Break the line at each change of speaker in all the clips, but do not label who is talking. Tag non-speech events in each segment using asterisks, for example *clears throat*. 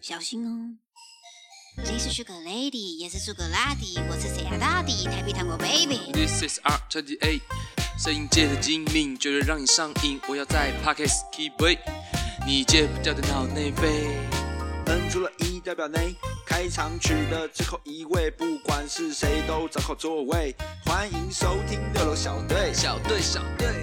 小心哦。你是 Sugar Lady，也是 Sugar Lady，我是谁啊大 y 台北糖果 Baby。
This is R 2 8 A，摄影界的精明，绝对让你上瘾。我要在 Pockets keep it，你戒不掉的脑内啡。
摁出了一代表内。开场曲的最后一位，不管是谁都找好座位。欢迎收听六楼小队。
小队，小队。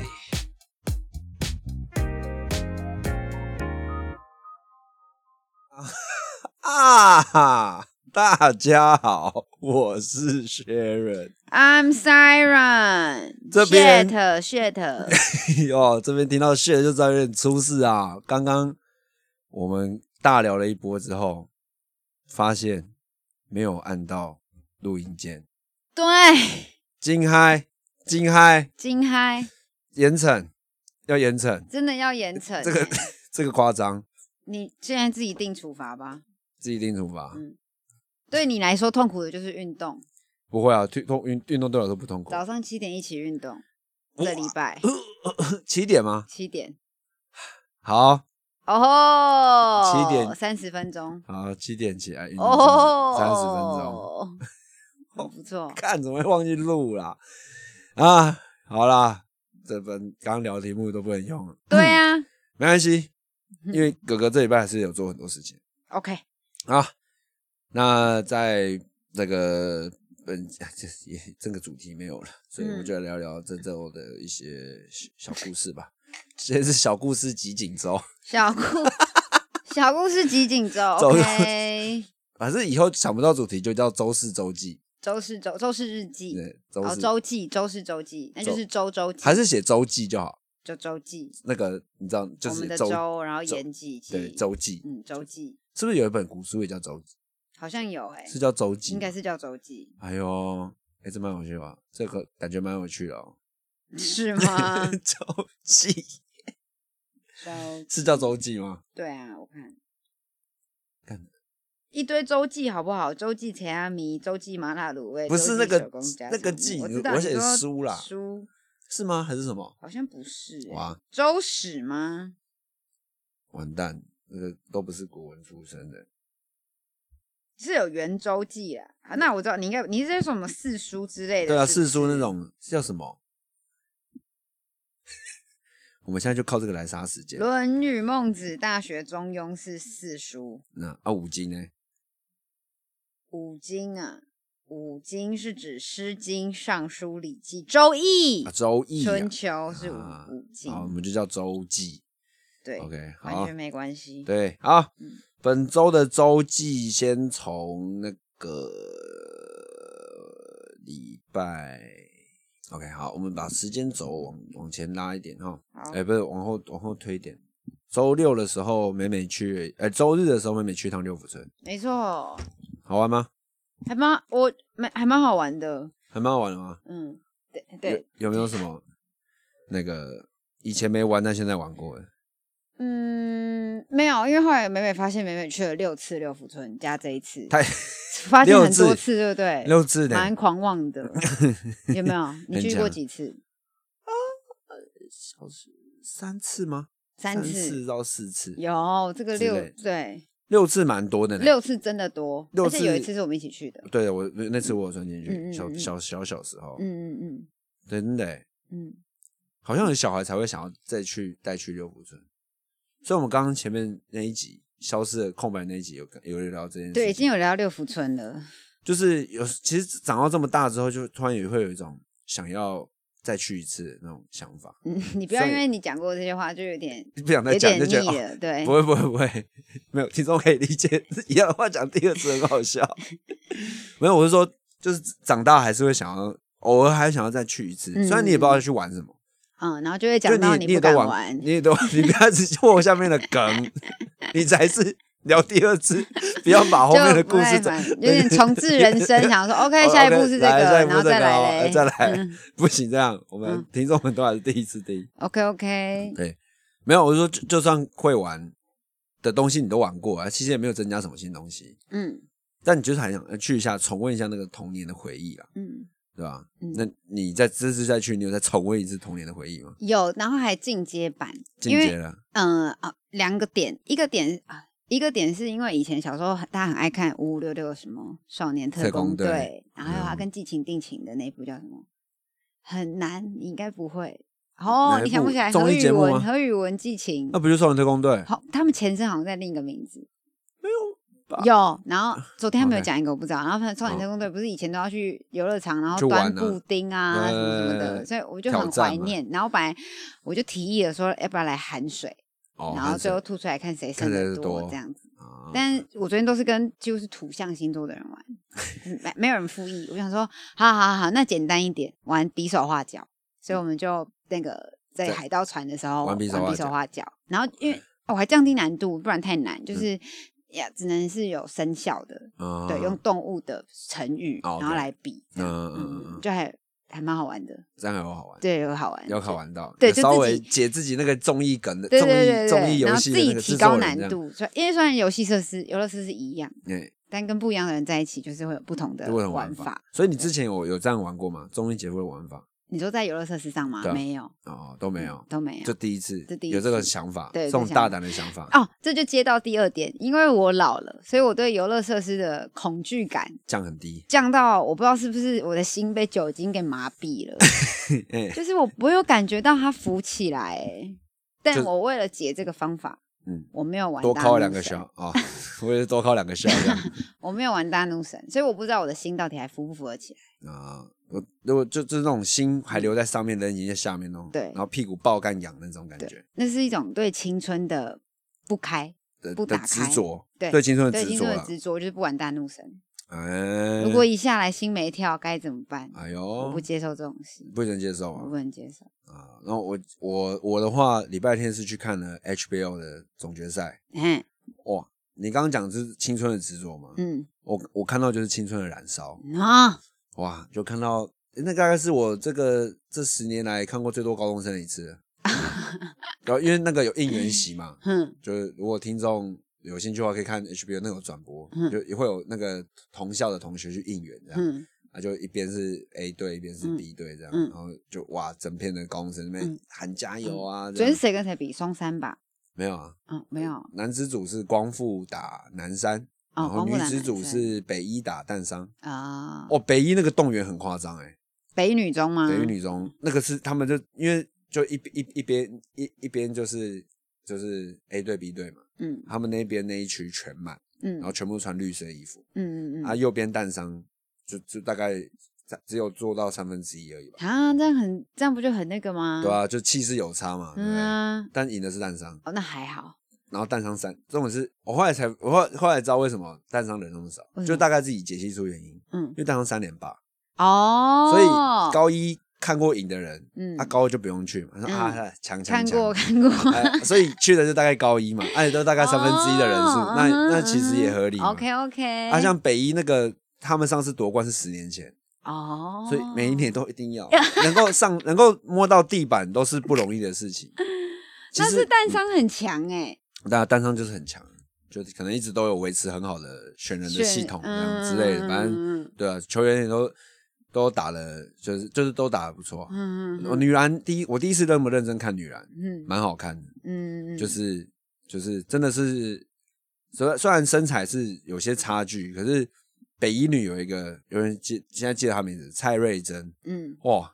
啊哈！大家好，我是 Sharon。 *laughs*
I'm Siren，
这边
shit
*laughs*
shit，
哦，这边听到 s h i 就知道有点出事啊。刚刚我们大聊了一波之后，发现没有按到录音键。
对，
金嗨，金嗨，
金嗨，
严惩，要严惩，
真的要严惩欸。
这个这个夸张，
你现在自己定处罚吧。
自己定处罚。
嗯对你来说痛苦的就是运动，
不会啊，运动运运动对我来说不痛苦。
早上七点一起运动，这礼
*laughs*
拜
哦七点吗？
七点，
好，
哦吼，
7点
三十分钟，
好，七点起来运动
哦吼，
三十分钟。，
*laughs* 很不错
*laughs* 哦看怎么会忘记录啦？啊，好啦，这本刚聊题目都不能用了，
对啊
*laughs* 没关系，
嗯
因为哥哥这礼拜还是有做很多事情
，OK，
啊。那在这个本 *laughs* 这也这个主题没有了，所以我们
嗯
就来聊聊这周的一些小小故事吧。先是小故事集锦周，*laughs*
小故小故事集锦周
走
，OK，
反正以后想不到主题就叫周四周记，
周氏周周氏日记，
对，周
哦，
四、
周记，周是周记，那
周
就是周周记，
还是写周记就好。
就周记？
那个你知道，就
我
是
们的
周
周，然后
周
言记记，
对周记，
嗯，周记
是不是有一本古书也叫周记？
好像有哎、
是叫周记？
应该。是叫周
*laughs*
记，
哎呦，哎、这蛮有趣吧？这个感觉蛮有趣的哦。
是吗？
*laughs* 周记
周
是叫周记吗？
对啊，我看
干
一堆周记好不好？周记陈阿米，周记麻辣卤味，
不是
周记
那个
手工家
那个
常面
记
我知道
我
你
写
说
书啦
书
是吗？还是什么？
好像不是、欸、
哇，
周史吗？
完蛋，那个都不是古文出身的。
是有圆周记啊，啊那我知道你应该你是在说什么四书之类的，
对啊，
是不
四
是
书那种叫什么？ *laughs* 我们现在就靠这个来杀时
《
间。
论语》《孟子》《大学》《中庸》是四书，
那啊，五经呢？
五经啊，五经是指《诗经》《尚书》《礼记》《周易
啊，》周易、啊
春。秋》是五、
啊
五
好，我
经，
们就叫周记。
对
OK，
完
好
全，没关系。
对，好
嗯，
本周的周记先从那个礼拜，OK，好，我们把时间轴往往前拉一点哈，
好，
哎、不是往后往后推一点。周六的时候，美美去，哎、周日的时候，美美去一趟六福村，
没错，
好玩吗？
还蛮我蛮还蛮好玩的，
还蛮好玩的吗？
嗯，对对，
有，有没有什么那个以前没玩但现在玩过的？
嗯，没有，因为后来美美发现美美去了六次六福村加这一次，
太
发现
六
很多
次
次，对不对？
六次呢？
蛮狂
*laughs*
妄的，有没有？你
很
去过
强
几次？
小时三次吗？
三
次
次。
到四次，
有这个
之
六
类
对
六次蛮多的呢。
六次真的多，
六
而且有一
次
次是我们一起去的。
对我那次我有算进去，
嗯嗯嗯
小
嗯
小小小时候，
嗯嗯嗯
真的欸
嗯，
好像有小孩才会想要再去带去六福村。所以我们刚刚前面那一集消失的空白那一集有有聊到这件事情，
对，已经有聊到六福村了。
就是有其实长到这么大之后，就突然也会有一种想要再去一次的那种想法，
嗯， *laughs* 你不要
所以
因为你讲过这些话就有点
不想再
有
讲
点
就觉得
腻
哦。
了，对
不，会不会不会，没有听众可以理解，一样的话讲第二次很好
*laughs*
笑。没有，我是说，就是长大还是会想要，偶尔还想要再去一次，
嗯
虽然你也不知道要去玩什么，
嗯，然后就会
就
讲到
你
不
也
敢
都
玩，
你也都 *laughs* 你不要只做下面的
*laughs*
梗，你才是聊第二次，不要把后面的
就
故
不耐
事讲 *laughs*
烦，有点重置人生，想说 OK，
OK，
下一步是这个，
来下一步
然后
这
再
个哦
来
哎
嘞，
再来
嗯
不行这样，我们
嗯
听众们都还是第一次听。
OK OK，
对，没有，我是说就就算会玩的东西你都玩过啊，其实也没有增加什么新东西。
嗯
但你就是还想呃去一下，重温一下那个童年的回忆啊啦，
嗯
对吧？
嗯
那你在这次再去，你有再重温一次童年的回忆吗？
有，然后还进阶版，
进
因为
阶了，
嗯啊，两个点，一个点啊，一个点是因为以前小时候很大家很爱看五五六六什么少年特
特工
工
队
队，然后还有他
嗯
跟季晴定情的那一部叫什么？很难，你应该不会。
嗯
哦，
哪一
你想不
部
起来？
综
何
艺节
宇
目
文，
吗啊
何宇文、季晴
那。不就少年特工队？
好，他们前身好像在另一个名字。
吧
有，
*laughs*
然后昨天他们有
OK
讲一个我不知道，然后反正少年
嗯
特工队不是以前都要去游乐场，然后
去
端
玩
布
啊
丁啊什么什么的，
呃
所以我就
挑
很
战
怀
嘛
念。然后本来我就提议了说要不要来含水，
哦，
然后
还是
最后吐出来看谁
看
剩
谁的
的多
多
这样子。
啊
但我昨天都是跟几乎是土象星座的人玩，没没有人附议。我想说，好好好，那简单一点，玩比手画脚。所以我们就那个在
在
海盗船的时候
嗯玩比手画脚
画脚，然后
*laughs*
因为哦我还降低难度，不然太难，
嗯
就是呀，只能是有生肖的，
啊
对，用动物的成语
哦
然
OK
后来比，这样
嗯嗯嗯
嗯，
嗯
就还还蛮好玩的，
这样有好玩，
对，有好玩，
有好玩到，
对
有
就
稍
自
微
己
解自己那个综艺梗的
对，
综
对对
艺
对
综艺
对，然
游
后
戏
自
的那
己
个
提
制
高
作人
难
这样。
度，所以因为虽然游戏设施、游乐设施一样，
哎，
但跟不一样的人在一起，就是会有不同的
如果很
玩
玩
法
法。，所以你之前有有这样玩过吗？综艺节目的玩法
你说在游乐设施上吗
对？啊
没有，
哦，都没有
嗯，都没有
就。第一次
这第一
有这个
次
想法，
对
这种
这想
大
法
胆的想法，
哦，这就接到第二点，因为我老了，所以我对游乐设施的恐惧感
降很
*laughs*
低。
降到我不知道是不是我的心被酒精给麻
*laughs*
痹了，
哎，
就是我不会有感觉到它浮起来、欸。但
就
我为了解这个方法，
嗯，
我没有玩
多
大
靠
怒
两个
神
小啊， *laughs* 我也是多靠两个小这样。
我没有玩大怒神，所以我不知道我的心到底还浮不浮得起来。
啊，我如果就就是那种心还留在上面，人已经在下面那种，
对
然后屁股爆干痒的那种感觉
对，那是一种对青春的不开，
的
不
的
打
执
开
着，
对
对青春的
对
执
青
着
春的
了。
执着，就是不玩大怒神。
哎，
如果一下来心没跳，该怎么办？
哎
我
呦
不，接受这种事，
不能接受
我
啊
不能接受。
啊！然后我我我的话，礼拜天是去看了 HBO 的总决赛，
嗯
哇！你刚刚讲的是青春的执着嘛？
嗯
我我看到就是青春的燃烧，
啊，
哇！就看到那大概是我这个这十年来看过最多高中生的一次
*laughs*
了，然后因为那个有应援席嘛，
哼
就是如果听众有兴趣的话，可以看 HBO 那个转播，
嗯
就也会有那个同校的同学去应援这样，
哼
啊，就一边是 A 队，一边是
嗯
B 队这样，
嗯
然后就哇，整片的高中生那边
嗯
喊加油啊，这
昨
样
天谁跟谁比？松山吧？
没有啊？
嗯，没有。
男子组是光复打南山，
哦
然后
光复
女
打
子
南
组
山
是北一打淡商。
啊，
哦，北一那个动员很夸张哎，
北女中吗？
北一女
嗯
中那个是他们就因为就一一一边一一边就是就是 A 队 B 队嘛，
嗯
他们那边那一区全满。
嗯
然后全部穿绿色衣服，
嗯嗯嗯
啊，右边蛋商就就大概在只有做到三分之一而已吧，
啊，这样很这样不就很那个吗？
对，啊，就气势有差嘛，对不
嗯
对？
啊，
但赢的是蛋商，
哦，那还好，
然后蛋商三，这种是我后来才我后后来知道为什么蛋商人那么少
为，什么
就大概自己解析出原因，
嗯
因为蛋商三连霸，
哦，
所以高一看过赢的人，
嗯
他高二就不用去嘛，他说
嗯
啊强强
看
强
过。看过，
哎所以去的就大概高一嘛，而且都大概三分之一的人数，
哦
那
嗯哼
那其实也合理嘛。
OK OK，
啊，像北一那个，他们上次夺冠是十年前，
哦，
所以每一年都一
*laughs*
定要能够上，能够摸到地板都是不容易的事
*laughs*
情。其
但是
实，嗯
蛋商很强哎，
那单商就是很强，就可能一直都有维持很好的选人的
选
系统这样
嗯
之类的，反正
嗯嗯
对啊，球员也都都打了，就是就是都打的不错。啊
嗯嗯
我女篮第一，我第一次认不认真看女篮，
嗯
蛮好看的，
嗯，
就是就是真的是，虽然虽然身材是有些差距，可是北一女有一个有人记现在记得她名字蔡瑞珍，
嗯
哇，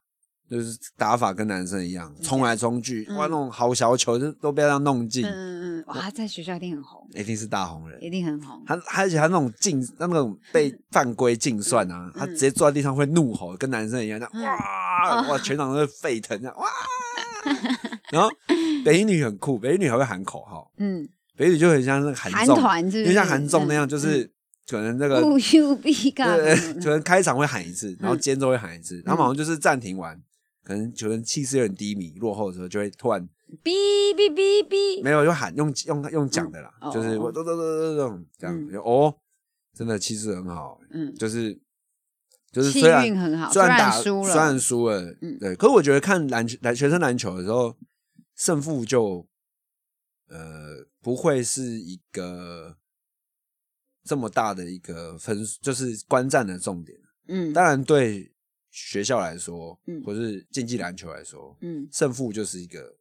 就是打法跟男生一样，冲来冲去，
嗯
哇，那种好小球就都被他弄进
嗯，嗯嗯，哇，他在学校一定很红，
一定是大红
一
人。
定嗯很红，
他他而且他那种进那种被犯规进算啊，他
嗯
直接坐在地上会怒吼，跟男生一样，这样
哦
哇哇，全场都会沸腾，这样哇。
*laughs*
然后北一女很酷，北一女还会喊口号，
嗯，
北一女就很像那个
韩
韩综，
团是不？
就是
嗯
像韩综那样，就是可能那个
不 U B 干嗯嘛
对， *laughs*
呢
球员开场会喊一次，然后间奏会喊一次，然后好像就是暂停完，可能球员气势有点低迷、落后的时候，就会突然
哔哔哔哔，
没有就喊用用用讲的啦，
嗯嗯哦
就是我
哦
咚咚咚咚咚这样，
嗯
就哦，真的气势很好，
嗯，
就是就是
气
虽然
运很好，
虽然
然
打
输了，
虽然输了，
嗯
对，可是我觉得看篮球篮学生篮球的时候，胜负就呃不会是一个这么大的一个分数，就是观战的重点。
嗯
当然，对学校来说，
嗯
或是竞技篮球来说，
嗯
胜负就是一个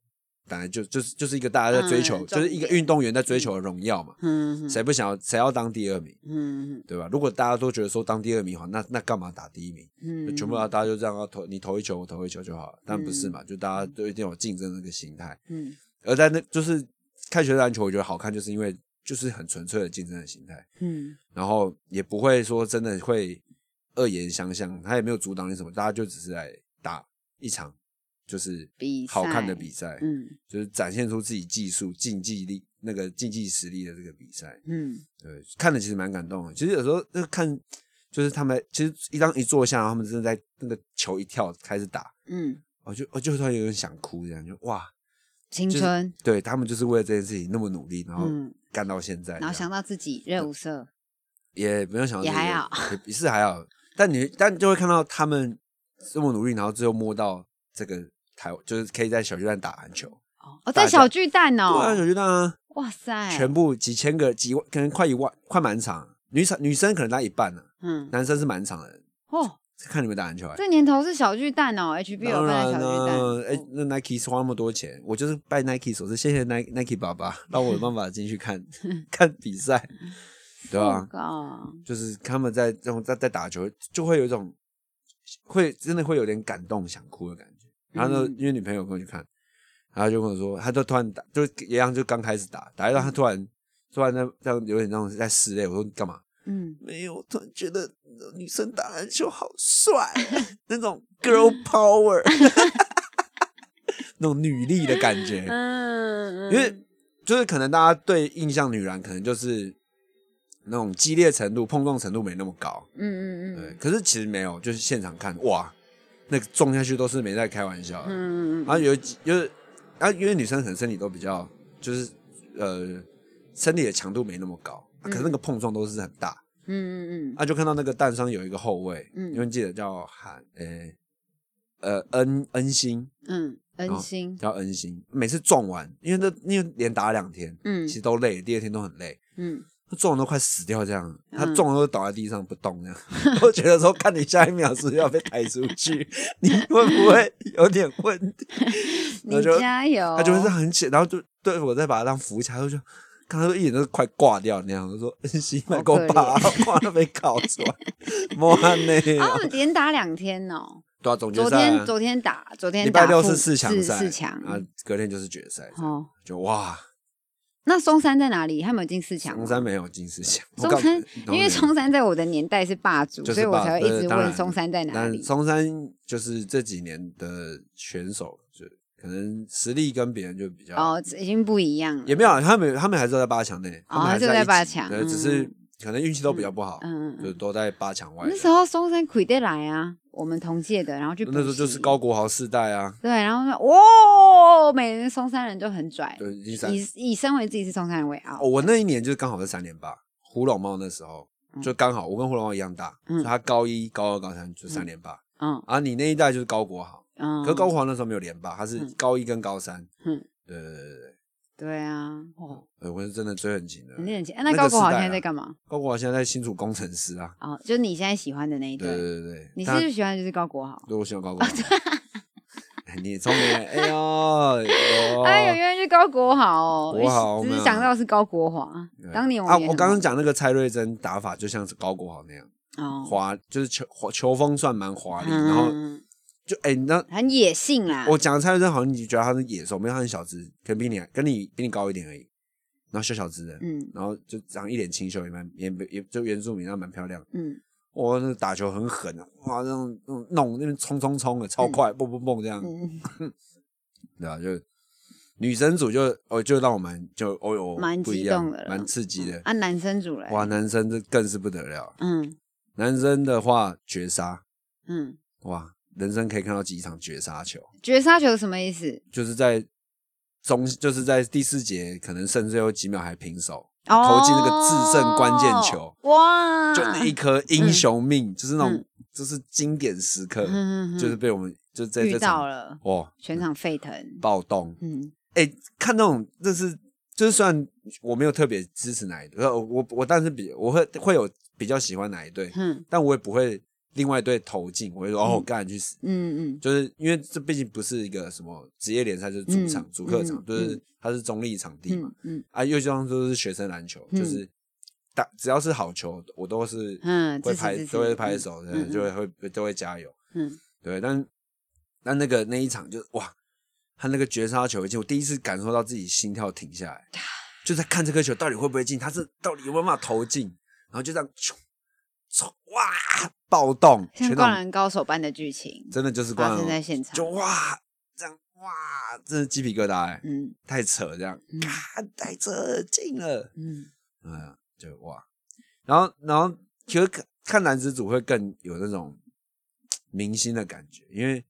本来就就是就是一个大家在追求，
嗯
就是一个
重点
运动员在追求的荣耀嘛。
嗯
谁不想要谁要当第二名，
嗯
对吧？如果大家都觉得说当第二名好，那那干嘛打第一名？
嗯
就全部要大家就这样要投，你投一球，我投一球就好了。但不是嘛，就大家都一定有竞争的那个心态。
嗯
而在那就是看学生篮球，我觉得好看，就是因为就是很纯粹的竞争的心态，
嗯
然后也不会说真的会恶言相向，他也没有阻挡你什么，大家就只是来打一场就是
比赛
好看的比赛，
嗯
就是展现出自己技术、竞技力、那个竞技实力的这个比赛。
嗯
对，看了其实蛮感动的。其实有时候那看，就是他们其实一当一坐下，他们真的在那个球一跳开始打，
嗯，
我就我就突然有点想哭，这样就哇，
青
就是
春，
对他们就是为了这件事情那么努力，然后
嗯
干到现在这样，
然后想到自己热舞社，
也没有想到
也
这个
还好
也，也是还好。但你但就会看到他们这么努力，然后最后摸到这个台，就是可以在小巨蛋打篮球。
哦，在
大家
小巨蛋
对啊，小
哦，哎
巨蛋啊，
哇塞，
全部几千个几万，可能快一万，快满场。女场女生可能打一半呢、啊
嗯
男生是满场的人。
哦，
看你们打篮球、欸，
这年头是小巨蛋哦，HBO
当
办
然
的小巨蛋
呢，，哎
哦，
那 Nike 花那么多钱，我就是拜 Nike 所赐，谢谢 Nike Nike 爸爸，让我有办法进去
*laughs*
看看比赛，
嗯
对吧、
Oh God
就是他们在这种在在打球，就会有一种会真的会有点感动想哭的感觉。然后呢，
嗯
因为女朋友跟我去看，然后就跟我说，他就突然打，就一样就刚开始打，打一打他突然突然在在有点那种在室内，我说你干嘛？
嗯，
没有，突然觉得女生打篮球好帅 *laughs* 啊、那种 girl power，那种女力的感觉。
嗯，嗯
因为就是可能大家对印象女篮可能就是那种激烈程度、碰撞程度没那么高，
嗯
对。
嗯
可是其实没有，就是现场看，哇，那个撞下去都是没在开玩笑的。
嗯嗯
然后有几就是，然后因为女生可能身体都比较就是呃身体的强度没那么高，啊可是那个碰撞都是很大。
嗯嗯嗯
啊，就看到那个蛋商有一个后卫，
嗯
因为记得叫韩，诶、呃，恩恩星，
嗯，恩星，
叫恩星，每次撞完，因为那因为连打两天，
嗯
其实都累，第二天都很累，
嗯，
他撞完都快死掉这样，他
嗯
撞完都倒在地上不动这样， *laughs* 我觉得说看你下一秒是不是要被抬出去，你会不会有点问题？
你哦
就
加油，
他就会是很紧，然后就对我再把他当扶起来，我就看他都一眼都是快挂掉那样，我说 *laughs* 恩星买给我爸，挂都被烤出来，莫汉内哦
啊，我们连打两天哦，
对啊，总决
昨
赛
天
啊
昨天打，昨天
礼拜
打
六
附
是四强赛，
四强
啊，隔天就是决赛，
哦。
就哇，
那松山在哪里？他们有进四强吗
中山没有进四强，我
松山
告诉，
因
你
为松山在我的年代是霸主，
就是
所以我
霸
才会一
对
直
当
问
然
松山在哪
但
里。
松山就是这几年的选手，就可能实力跟别人就比较
哦，已经不一样了。
也没有，啊他们他们还是在八强内，他们
哦还
还
是
是
在
在
八
一起
强
对，
嗯
只是可能运气都比较不好，
嗯嗯嗯
就都在八强外。
那时候松山魁得来啊，我们同届的，然后去
那时
补
候
习
就是高国豪世代啊，
对，然后说哇，每人松山人就很拽，
对，已经三
以以身为自己是松山人为傲。
哦，我那一年就是刚好是三连霸，胡老猫那时候
嗯
就刚好，我跟胡老猫一样大，
嗯
所以他高一、高二、高三就三连霸。
嗯
啊，你那一代就是高国豪，
嗯，
可是高国豪那时候没有连霸，他是
嗯
高一跟高三。
嗯
嗯，对对对对
对啊，哦，
对，我是真的追很勤的。
很年轻。哎
那
那
个
高国豪
时代
现
啊
在在干嘛？
高国豪现在在新竹工程师啊。
哦，就是你现在喜欢的那一
对
对，
对对对，
你是
但
不是喜哦欢的就是高国豪？
对我喜欢高国豪。哎 *laughs* 你聪明，哎呦，哎呦
*laughs* 哎呦，原来是高国豪哦，
国豪
只
没
是
有
想到是高国华
对。
当年我
啊，
们也
我
很
刚刚讲那个蔡瑞珍打法就像是高国豪那样
哦，
华，就是球华球风算蛮华丽，然后
嗯，
就哎，你知道
很野性啦。
我讲的蔡瑞珍好像你觉得他是野兽，没有他很小只，可能比你跟你比你高一点而已，然后小小只的，
嗯
然后就长一脸清秀，也蛮也也就原住民，然后蛮漂亮。
嗯
哇，那打球很狠啊！哇，那种那种弄那边冲冲冲的，超快，蹦蹦蹦这样，
嗯，
对啊，就女神组就哦就让我们就哦哟
蛮
不一
激
样
动的了，
蛮刺激的
嗯。啊，男生组嘞，
哇，男生这更是不得了，
嗯
男生的话绝杀，
嗯，
哇，人生可以看到几场绝杀球，
绝杀球是什么意思？
就是在中就是在第四节可能甚至有几秒还平手，
哦
投进那个制胜关键球，，
哇，
就那一颗英雄命，就是那种
啊嗯
就是经典时刻，
*laughs* 嗯嗯嗯
就是被我们就在
遇
这场
到了，
哇，
全场沸腾。
暴动！
嗯
哎、看那种就是就是，虽然我没有特别支持哪一队，呃我我但是比我会会有比较喜欢哪一队，
嗯哼，
但我也不会另外一队投进，我就说哦，干去死！
嗯嗯
就是因为这毕竟不是一个什么职业联赛，就是主场、
嗯
主客场，
嗯
就是它是中立场地嘛
嗯，嗯
啊，又加上就是学生篮球，
嗯
就是打只要是好球，我都是
嗯
会
支持
拍，
支持
都会拍手，
嗯嗯
对，就会会都会加油，
嗯，
对。但但那个那一场就是哇，他那个绝杀球一进，我第一次感受到自己心跳停下来，
啊
就在看这颗球到底会不会进，他是到底有没有办法投进，然后就这样，咻唰哇暴动，
像
全
《灌
场
篮高手》般的剧情，
真的就是灌
发生在
篮，
现场，
就哇这样哇，真的鸡皮疙瘩、欸，
嗯
太扯这样，
嗯
嘎太扯了进了。
嗯
嗯，就哇，然后然后其实看看男子组会更有那种明星的感觉，因为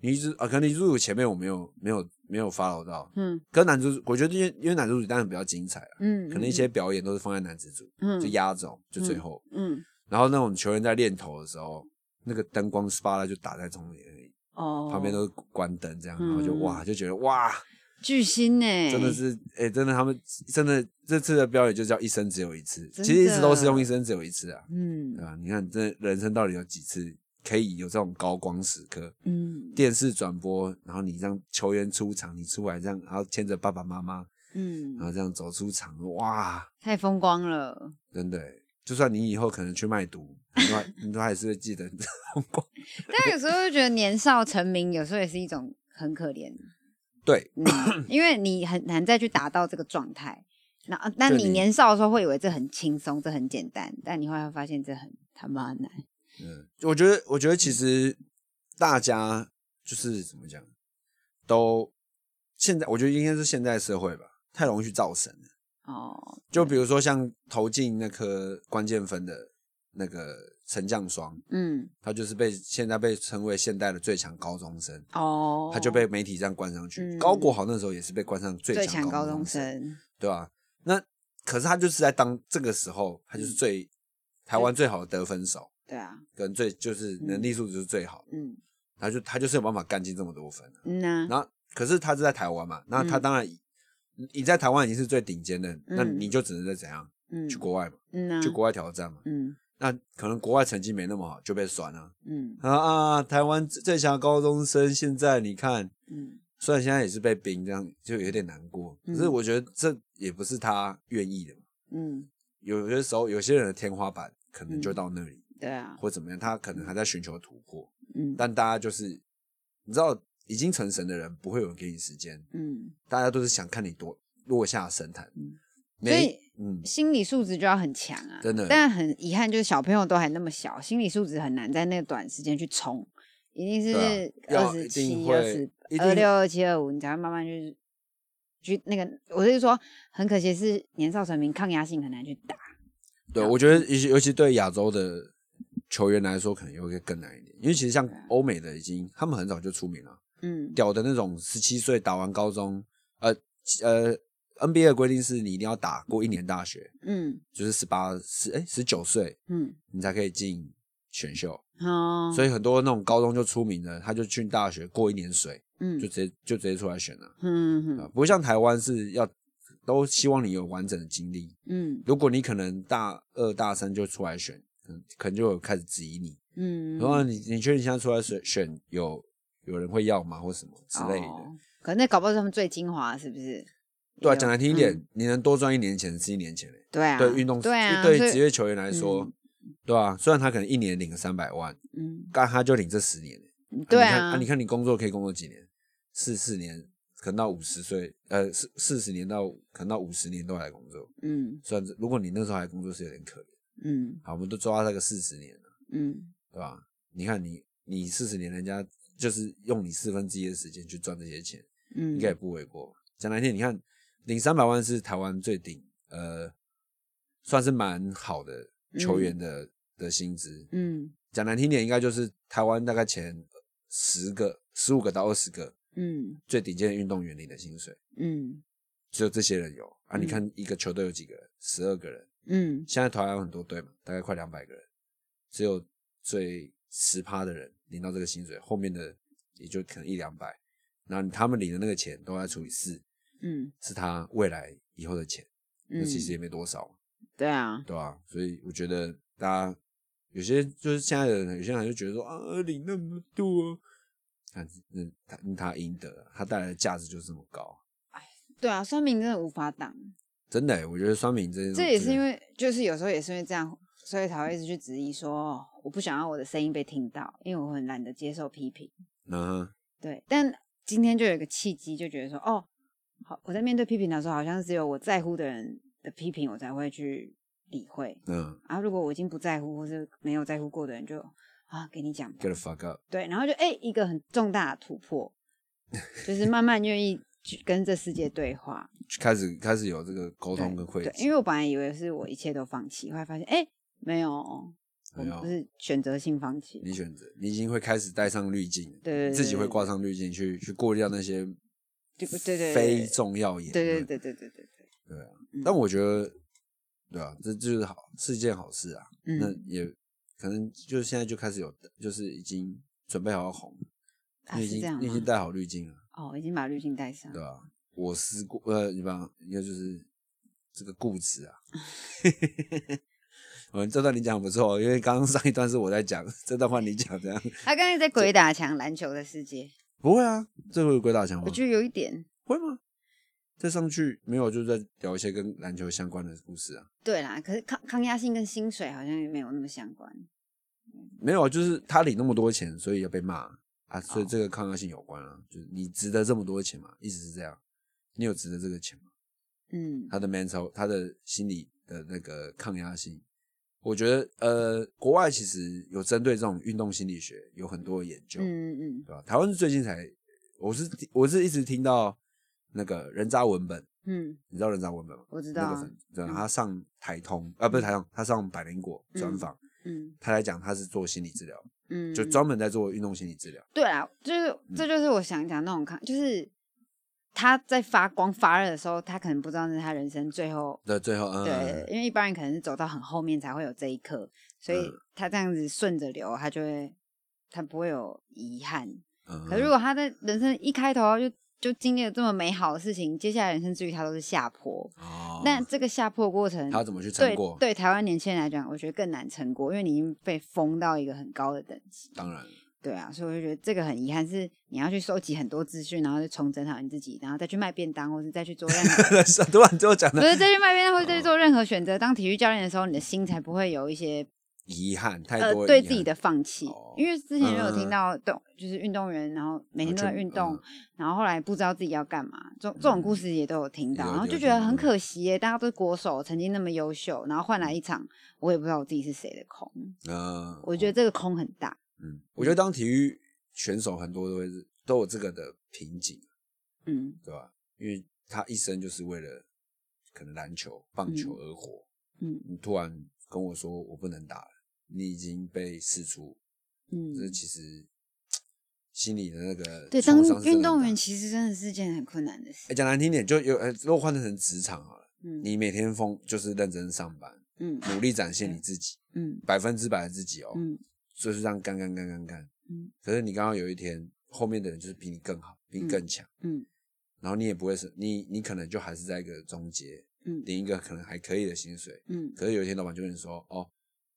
女子啊，可能女子组前面我没有没有没有 follow 到，
嗯
跟男子组我觉得因为因为男子组当然比较精彩了，
嗯，
可能一些表演都是放在男子组，
嗯
就压轴就最后，
嗯
然后那种球员在练头的时候，那个灯光 spotlight 就打在中间而已，
哦，
旁边都是关灯这样，然后就
嗯
哇就觉得哇。
巨星呢，
真的是，哎、真的，他们真的这次的标语就叫“一生只有一次”，
真
其实一直都是
的
用“一生只有一次”啊，
嗯
对吧？你看，这人生到底有几次可以有这种高光时刻？
嗯
电视转播，然后你让球员出场，你出来这样，然后牵着爸爸妈妈，然
嗯，
后这样走出场，哇，
太风光了。
真的欸，就算你以后可能去卖毒，你都还你都还是会记得这 *laughs* 种光。
但有时候就觉得年少成名，有时候也是一种很可怜，
对， *laughs*
嗯，因为你很难再去达到这个状态。那但
就
你
你
年少的时候会以为这很轻松，这很简单，但你后来会发现这很他妈难。
嗯，我觉得，我觉得其实大家就是怎么讲，都现在我觉得应该是现代社会吧，太容易去造神了。
哦，
就比如说像投进那颗关键分的那个陈将双，
嗯，
他就是被现在被称为现代的最强高中生，
哦，
他就被媒体这样冠上去。
嗯
高国豪那时候也是被冠上最
最
强
强高
中
中，生，
对吧、啊那可是他就是在当这个时候，他
嗯
就是最、台湾最好的得分手，
对啊，
跟最就是能力素质是最好的。
嗯
他就他就是有办法干进这么多分、啊。
嗯呐，
然后可是他是在台湾嘛，那他
嗯
当然已你在台湾已经是最顶尖的，那
嗯
你就只能在怎样
嗯，
去国外嘛，
嗯呐，
去国外挑战嘛。
嗯
那可能国外成绩没那么好，就被酸了
嗯
啊啊！台湾最强高中生现在你看，
嗯
虽然现在也是被冰，这样就有点难过。可
嗯
是我觉得这也不是他愿意的嘛。
嗯，
有些时候，有些人的天花板可能就到那里，
对啊，
或怎么样，他可能还在寻求突破。
嗯
但大家就是，你知道，已经成神的人不会有人给你时间，
嗯，
大家都是想看你多落下神坛。
嗯
没
所以
嗯，
心理素质就要很强啊，
真的
但很遗憾，就是小朋友都还那么小，心理素质很难在那个短时间去冲，一定是
对啊
二
要
十
一定
七、
会
二十
一定
二六、二七、二五，你才会慢慢去去那个。我就是说，很可惜是年少成名，抗压性很难去打。
对，我觉得尤其尤其对亚洲的球员来说，可能又会更难一点，因为其实像欧美的已经，他们很早就出名了，
嗯，
屌的那种十七岁打完高中，呃呃，NBA 的规定是你一定要打过一年大学，
嗯
就是十八十哎十九岁
嗯，
你才可以进选秀，
哦，
所
以
以很多那种高中就出名的，他就去大学过一年水，
嗯
就直接就直接出来选了。
嗯
啊，
嗯
不会像台湾是要都希望你有完整的经历。
嗯
如果你可能大二大三就出来选，嗯，可能就有开始质疑你。
嗯，
然后你你确定现在出来选选有有人会要吗，或什么之类的？
哦可那搞不好是他们最精华，是不是？
对啊，
有
讲难听一点，
嗯
你能多赚一年钱是一年钱嘞、
对啊，
对运动，
对啊，
对
所以
职业球员来说，对啊，虽然他可能一年领个三百万，
嗯，
但他就领这十年、欸。你
对
看
啊，
啊，你看你工作可以工作几年？四四年，可能到五十岁，呃，四四十年到可能到五十年都还在工作。
嗯
算是，如果你那时候还工作是有点可怜。
嗯
好，我们都抓那个四十年了，
嗯，
对吧？你看你你四十年，人家就是用你四分之一的时间去赚这些钱，
嗯，
应该也不为过吧。讲难听，你看领三百万是台湾最顶，呃，算是蛮好的球员的、的薪资。
嗯
讲难听点，应该就是台湾大概前十个、十五个到二十个
嗯
最顶尖的运动员领的薪水，
嗯
只有这些人有啊。你
嗯
看一个球队有几个人？十二个人。
嗯
现在台湾有很多队嘛，大概快两百个人，只有最十趴的人领到这个薪水，后面的也就可能一两百，然后他们领的那个钱都要除以四，
嗯
是他未来以后的钱，那
嗯，
其实也没多少，
对啊，
对吧、所以我觉得大家有些就是现在的人，有些人就觉得说啊，领那么多，但是那他那他应得的，他带来的价值就是这么高，
对啊，酸民真的无法挡，
真的欸、我觉得酸民这件事
这也是因
为
为就是有时候也是因为这样，所以才会一直去质疑说，哦我不想要我的声音被听到，因为我很懒得接受批评。
嗯哼
对，但今天就有一个契机，就觉得说，哦，好，我在面对批评的时候，好像只有我在乎的人的批评，我才会去理会。
嗯
啊，如果我已经不在乎或是没有在乎过的人就，啊给你讲吧
，get the fuck up，
对，然后就哎、一个很重大的突
*laughs*
破，就是慢慢愿意去跟这世界对话，
开始开始有这个沟
对
通跟会
对，因为我本来以为是我一切都放弃，后来发现哎、没有哦，我
没
们
有
不是选择性放弃，
你选择，你已经会开始带上滤镜了，
对对对
自己
对
会
对
挂上滤镜去去过滤掉那些
对对对对
非重要言
对对
论
对对对对对，嗯
但我觉得，对啊，这就是好是一件好事啊。那
嗯，
也可能就是现在就开始有，就是已经准备好要红，
啊
你已
是
经
这样
你已经
吗
戴好滤镜了，
哦，已经把滤镜戴上
对，吧、啊我思过，呃，你吧，应该就是这个固执
*laughs*
啊。我们这段你讲得不错，哦因为刚刚上一段是我在讲，这段话你讲这样，
他刚才在鬼打墙篮球的世界，
不会啊，这会有鬼打墙吗
我？觉得有一点，
会吗？再上去没有，就是在聊一些跟篮球相关的故事啊。
对啦，可是抗抗压性跟薪水好像也没有那么相关，
没有，啊就是他领那么多钱，所以要被骂啊，所以
哦
这个抗压性有关啊，就是你值得这么多钱嘛，意思是这样，你有值得这个钱吗？
嗯，
他的 mental，他的心理的那个抗压性，我觉得呃，国外其实有针对这种运动心理学有很多的研究，
嗯嗯
对吧？台湾是最近才，我是我是一直听到那个人渣文本，
嗯，
你知道人渣文本吗？
我知道
那个
啊
粉，对啊，
嗯
他上台通啊，不是台通，他上百灵果专访，
嗯
他来讲他是做心理治疗。
嗯，
就
嗯
专门在做运动心理治疗。
对啦，就是这
嗯
就是我想讲那种看，就是他在发光发热的时候，他可能不知道那是他人生最后。
对，最后，嗯，
对，因为一般人可能是走到很后面才会有这一刻，所以
嗯
他这样子顺着流，他就会他不会有遗憾。
嗯，
可是如果他在人生一开头就就经历了这么美好的事情，接下来人生之余他都是下坡，
哦，
那这个下坡的过程，
他要怎么去撑
对
过？，
对台湾年轻人来讲，我觉得更难撑过，因为你已经被封到一个很高的等级。
当然， *laughs*
对啊，所以我就觉得这个很遗憾，是你要去收集很多资讯，然后去重整好你自己，然后再去卖便当，或是再去做任
*laughs*
何，
啊突然就讲
不
的
是再去卖便当，或是再去做任何选择。当体育教练的时候，你的心才不会有一些
遗憾太
呃
多，
对自己的，放弃
哦，
因为之前就有
嗯
听到动就是运动员，然后每天都在运动
嗯，
然后后来不知道自己要干嘛，这这种故事也都有听到，
有
然后
有
就觉得
听
很
过
可惜耶，大家都是国手，曾经那么优秀，然后换来一场我也不知道我自己是谁的空，
嗯，
我觉得这个空很大。
嗯，我觉得当体育选手很多都会是都有这个的瓶颈，
嗯
对吧？因为他一生就是为了可能篮球、棒球而活，
嗯
你突然跟我说我不能打了，你已经被释出，这
嗯，
其实心里的那个
对，当
创伤是真的
运
很
动
大
员其实真的是件很困难的
欸
事。
讲难听点，就有呃，如果换成职场好了，
嗯
你每天疯就是认真上班，
嗯
努力展现你自己，
嗯
百分之百的自己哦，
嗯
就是这样干干干干干。
嗯
可是你刚刚有一天，后面的人就是比你更好，比你更强，
嗯
然后你也不会是，你你可能就还是在一个中阶，
嗯
领一个可能还可以的薪水。
嗯
可是有一天老板就跟你说，哦，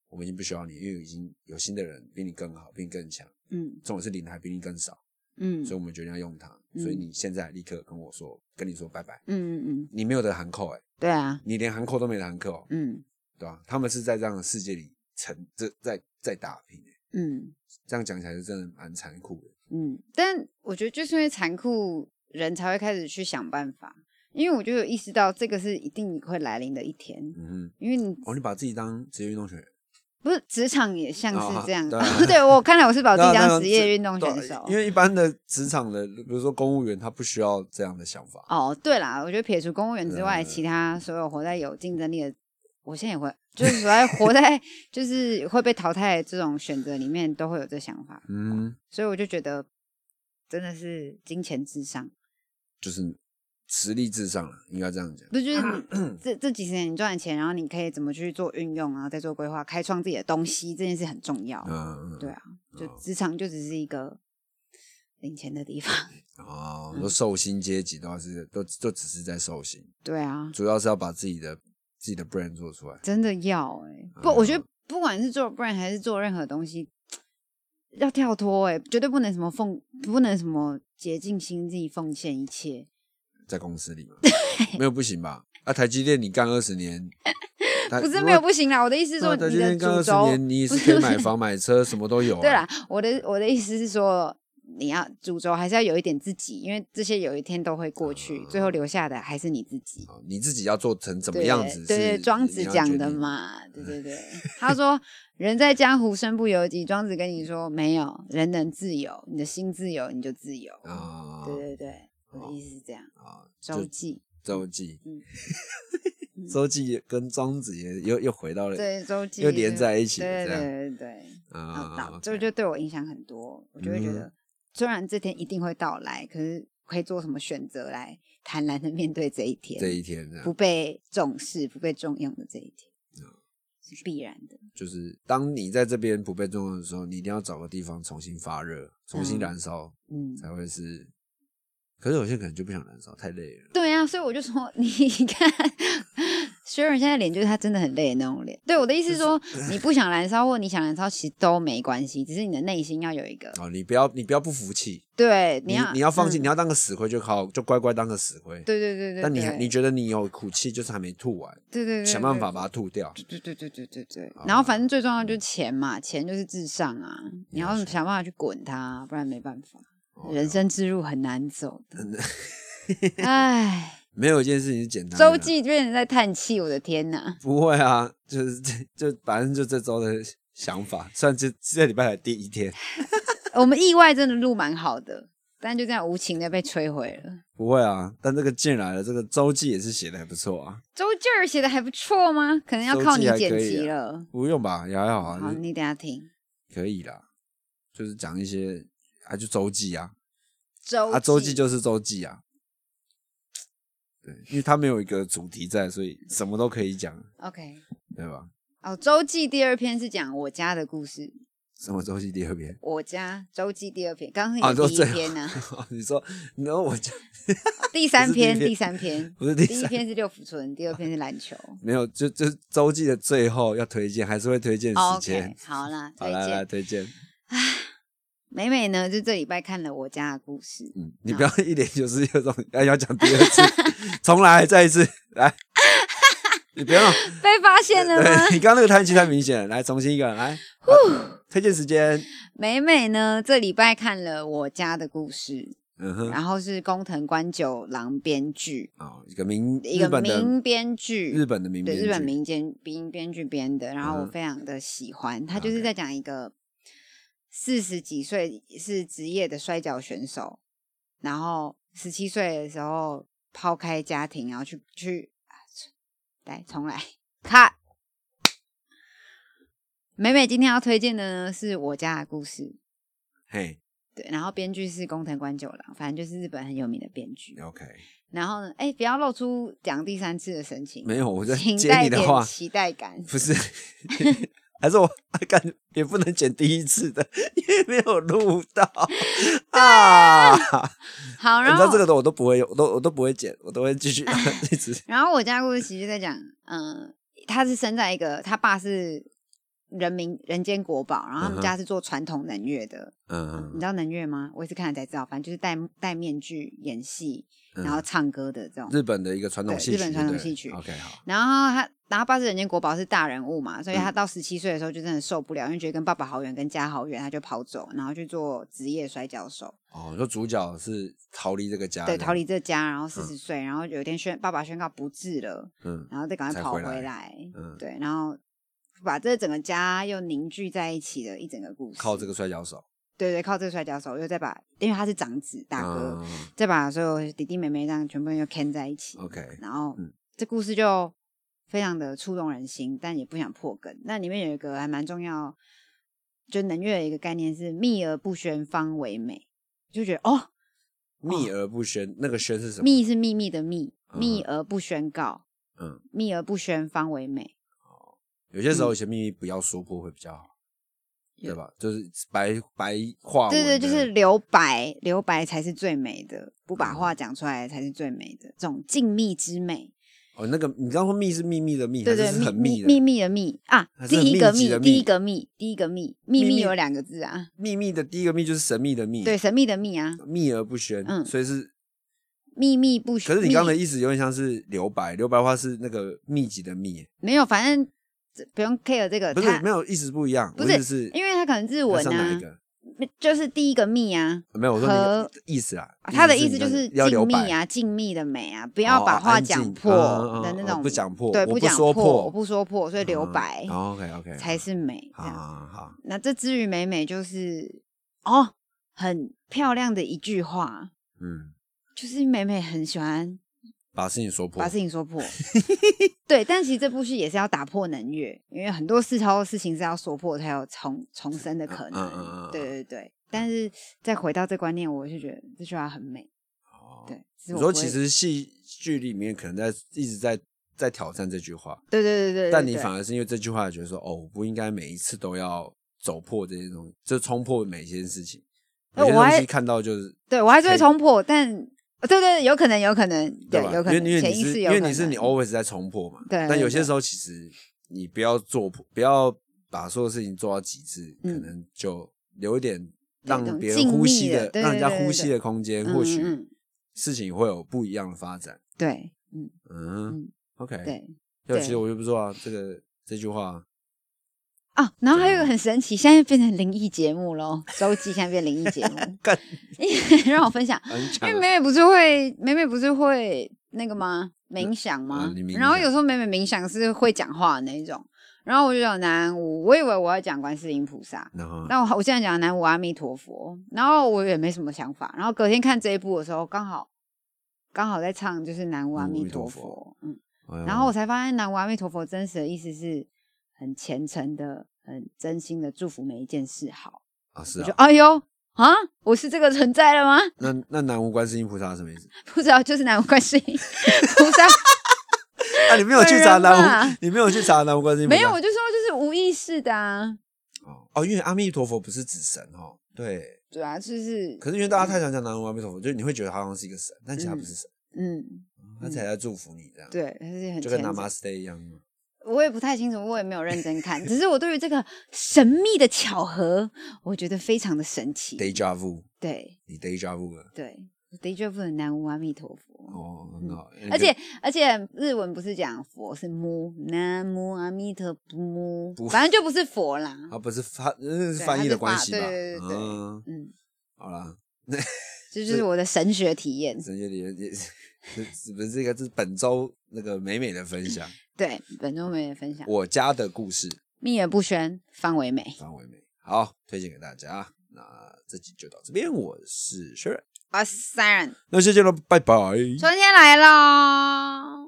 我们已经不需要你，因为已经有新的人比你更好，比你更强，
嗯
重点是领的还比你更少，
嗯
所以我们决定要用他。
嗯
所以你现在立刻跟我说，跟你说拜拜，
嗯嗯，
你没有得含扣哎、
对啊，
你连韩扣都没得韩扣，
嗯
对吧、他们是在这样的世界里成这在在打拼、欸，
嗯。
这样讲起来是真的蛮残酷的。
嗯，但我觉得就是因为残酷，人才会开始去想办法。因为我就有意识到，这个是一定会来临的一天，
嗯
因为你
哼，哦，你把自己当职业运动选手，
不是职场也像是这样。啊
哦对
*laughs* 对我看来我是把我自己
*laughs* 那那
当职业运动
对
选手
因。为一般的职场的，比如说公务员，他不需要这样的想法。
哦，对啦，我觉得撇除公务员之外，
嗯
其他所有活在有竞争力的，我现在也会，就是所在活在
*laughs*
就是会被淘汰的这种选择里面，都会有这想法。
嗯，
所以我就觉得，真的是金钱至上。
就是实力至上了，应该这样讲。
不是就是
*clears throat*
你这这几十年你赚的钱，然后你可以怎么去做运用，啊然后再做规划，开创自己的东西，这件事很重要。
嗯，嗯
对。啊，就
哦
职场就只是一个领钱的地方。
哦，
嗯
说寿星阶级的话是都就只是在寿星，
对啊，
主要是要把自己的自己的 brand 做出来。
真的要哎、
嗯
不，我觉得不管是做 brand 还是做任何东西，要跳脱哎、绝对不能什么奉，不能什么竭尽心力奉献一切。
在公司里嘛，没有不行吧？啊，台积电你干二十
*laughs*
年，台
不
如
是
果
没有不行啦，我的意思是说
对啊台积
你
电
的
干
主
二十
轴
年，你也
不
是
是
可以
不
买
是
房买车，什么都有、啊。
*laughs* 对啦，，我的我的意思是说，你要主轴还是要有一点自己，因为这些有一天都会过去，最后留下的还是你自己。
哦你自己要做成怎么
对
嗯样子？
对对，庄子讲的。嘛，
嗯
对对对，他说“人在江湖身不由己”，庄子跟你说没有人能自由，你的心自由你就自由。
啊，
对对对，我的意思是这样。
啊，
周记，
周记 *laughs*
嗯，
周记跟庄子也又又回到了
对周记
又连在一起了这
对对
样
对对对。啊，
啊
到，这就对我影响很多，我就会觉
嗯
得，虽然这天一定会到来，可是可以做什么选择来坦然的面对这一天，
这一天这样
不被重视、不被重用的这一天，
嗯
是必然的。
就是当你在这边不被重用的时候，你一定要找个地方重新发热，重新
嗯
燃烧，
嗯，
才会是。可是有些可能就不想燃烧，太累了。
对啊，所以我就说， *laughs* 你看，薛仁现在脸就是他真的很累的那种脸。对我的意思是
*laughs*
说，你不想燃烧或你想燃烧，其实都没关系，只是你的内心要有一个
哦，你不要，你不要不服气，
对，
你
要
你
你
要放弃，
嗯
你要当个死灰就好，就乖乖当个死灰。
对对对对，
但你还
对
你觉得你有苦气，就是还没吐完，
对对对，
想
对
办
对
法把它啊吐掉。
对对对对对对。然后反正最重要就是钱嘛，钱就是至上啊，你要想办法去滚它，不然没办法。
哦
人生之路很难走的，
*laughs*
唉，
没有一件事情是简单的啦。
周记变成在叹气，我的天哪！
不会啊，就是这就反正就这周的想法，算这这礼拜的第一天，
我们意外真的路蛮好的，但就这样无情的被摧毁了。
不会啊。但这个进来了，这个周记也是写的还不错啊，
周记儿写的还不错吗？可能要靠你
周记还
剪
可以啊
辑了。
不用吧，也还好啊，
好，
就
你等一下听
可以啦，就是讲一些啊，就周记啊，
周
啊，周记就是周记啊。对，因为它没有一个主题在，所以什么都可以讲，
OK。
对吧？
哦，周记第二篇是讲我家的故事，
什么周记第二篇？ *laughs*
我家周记第二篇，刚
啊，
刚
都
也是第
这
一
*laughs*
篇呢、
你说，你说我讲
第三篇，
不是第一篇
第三篇，
不是 *laughs* 第
第
三
一篇是六福村，第二篇是篮
*laughs*
球。
没有，就就周记的最后要推荐，还是会推荐时
哦 OK，
间。
好啦，
*laughs* 好
推
来来
荐。
推荐，
美美呢，就这礼拜看了我家的故事。
嗯，你不要一脸就是有种要要讲第二
*laughs*
次，重来再一次来，你不要弄，
被发现了吗？
对你刚刚那个叹气太明显了，来重新一个来，好推荐时间，
*laughs* 美美呢，这礼拜看了我家的故事，
嗯哼，
然后是工藤官九郎编剧，
好啊一个名
一
日
个
本的
名编剧，
日本的名
对
编
日本
剧
民间民编剧编的，然后我
嗯哼
非常的喜欢，他就是
OK
在讲一个四十几岁是职业的摔跤选手，然后十七岁的时候抛开家庭，然后去去啊来重来看。美美今天要推荐的呢是我家的故事，
嘿
对，然后编剧是工藤官九郎，反正就是日本很有名的编剧。
，OK，
然后呢，哎，不要露出讲第三次的神情，
没有，我在
请
接
带
你的
点
话，
期待感。
不是， *laughs* 还是我 *laughs* 啊干也不能剪第一次的，因为没有录到
*laughs*
啊。
好，
你
然
知
后
道这个的我都不会，我都我都不会剪，我都会
*laughs*
继续一直。
然后我家故事其实在讲，嗯，他是生在一个他爸是人民人间国宝，然后他
嗯哼
们家是做传统能乐的，你
嗯，
知道能乐吗？我也是看了才知道，反正就是戴戴面具演戏，
嗯
然后唱歌的这种。
日本的一个传统
对
戏曲，
日本传统
对不对
戏曲
OK，好，
然后他，然后他爸是人间国宝，是大人物嘛，所以
嗯
他到十七岁的时候就真的受不了，因为觉得跟爸爸好远，跟家好远，他就跑走，然后去做职业摔跤手。
哦，说主角是逃离这个家，嗯
对，
这样
逃，离这家，然后四十岁，然后有一天宣爸爸宣告不治了，
嗯
然后再赶快
才
跑
回
回
来
来，
嗯，
对，然后把这整个家又凝聚在一起的一整个故事。
靠这个摔跤手，
对对，靠这个摔跤手，又再把，因为他是长子大哥，
嗯
再把所有弟弟妹妹这样全部又牵在一起，
，OK，
然后、
嗯
这故事就非常的触动人心，但也不想破梗。那里面有一个还蛮重要，就能乐的一个概念是“秘而不宣，方为美”，就觉得哦，
秘而不宣，那个宣是什么？
秘是秘密的秘，秘
嗯
而不宣告，
嗯，
秘而不宣，方为美。
有些时候
嗯
有些秘密不要说破会比较好，对吧？就是白白话文
对
的，嗯
对，就是留白，留白才是最美的，不把话讲出来才是最美的，这种静谧之美。
哦，那个你刚说密是秘密的密，
对
还
对，
是是很密
秘密
的
秘密的密啊
还，是
第
很
一个
密集的密
第一个密，第一个密，秘
秘
密
密
有两个字啊，
秘密的第一个密就是神秘的秘，
对，，神秘的秘啊，
秘而不宣，
嗯
所以是。
秘密不许。
可是你刚刚的
密
意思有点像是留白，留白的话是那个密集的密，
没有，反正这不用 care 这个，
不
他
是没有意思不一样，
呃不
我
是
意思是
因为他可能日
要
文
上哪
啊
一，个？
就是第一个密啊，
没有，我说那个
和
意思啊，
他的
意
意思就是
要
静
留
谧
白，哦
啊，静谧的美啊，不
不
要把话
嗯
讲破的那种，
哦不讲破，嗯哦
对，
我不
讲
说
破，我不说破，所以留白
OK OK，
才是美。这
好
样，
好啊好，
那这至于美美就是哦，很漂亮的一句话，
嗯，
就是美美很喜欢
把事情说破
把，事
*laughs*
情说破。对，但其实这部戏也是要打破能乐，因为很多事超事情是要说破才有重重生的可能。
嗯嗯嗯嗯
对对对。但是再回到这观念，我就觉得这句话很美。
哦
对，只是
你
我
说
不
其
会
实戏剧里面可能在一直在在挑战这句话，
对对对对对，
但你
对
反而是因为这句话觉得说，哦，我不应该每一次都要走破这些东西，就冲破每一件事情。
呃
有些
我
东
还
西看到就是
对我还是
可
会
以
冲破，但哦对对对，有可能有可能，对，
吧？
有可
因
能
为因为
潜
你
意
是
识
因
有可
为
能。
你是哦你 always 在冲破嘛，
对
但
对
有些
对
时候其实你不要做破，不要把所有事情做到极致，可
嗯
能就留一点
对
让
那种
别人
静
呼
谧
吸
的对
让人
对
家
对
呼
对
吸
对
的空间，
嗯
或
嗯
许
嗯
事情会有不一样的发展。
对，嗯
嗯
嗯
，OK，
对
就
对
其实我就不知道啊这个这句话，
啊，然后还有一个很神奇，现在变成灵异节
*laughs*
目喽，周记现在变灵异节目
干，
*laughs* 让我分享。
很
*laughs* 因
强
为。美美不是会，美美不是会那个吗？冥想吗
啊你冥？
然后
想
有时候美美冥想是会讲话的那一种，然后我就有南无，我以为我要讲观世音菩萨，
然后哎
但我我现在讲南无阿弥陀佛，然后我也没什么想法，然后隔天看这一部的时候，刚好刚好在唱就是南无阿弥
南无
陀
阿弥
佛，嗯，
哎呦
然后我才发现南无阿弥陀佛真实的意思是很虔诚的、很真心的祝福每一件事好，
啊是
我就
啊，
哎呦啊，我是这个存在了吗？
那那南无观世音菩萨是什
*laughs*
么意思？
不知道，就是南无观世音菩
*laughs*
萨。
啊，你没有去查
本人
南无
吧，
你没有去查南无观世音菩萨？
没有，我就说就是无意识的啊，
哦哦，因为阿弥陀佛不是指神哦，对。
对啊，就是
可是因为大家太常讲南无阿弥陀佛，就是你会觉得他好像是一个神，但其实他不是神，
嗯，
他才在祝福你这样，
对，还是很
就跟
虔诚
Namaste 一样嘛。
我也不太清楚，我也没有认真看，只是我对于这个神秘的巧合，我觉得非常的神奇。
Deja vu，
对
你 Deja vu 了，
对，的确不能南无阿弥陀佛。
哦，很好。
嗯而且而且日文不是讲佛是母南无阿弥陀母，反正就不是佛啦。
他啊不是翻，那是
对
翻译
它是
的关
法
系吧？
对对对对
嗯，
嗯，
好啦，
这就是我的神学体验。
这些也也，这这不是这个，这是本周那个美美的分享，
对，本周美的分享，
我家的故事，
秘而不宣，方为美。
方为美，好，推荐给大家。那这集就到这边，我是 Sharon，
我是 Siren，
那下期了，拜拜。
春天来喽。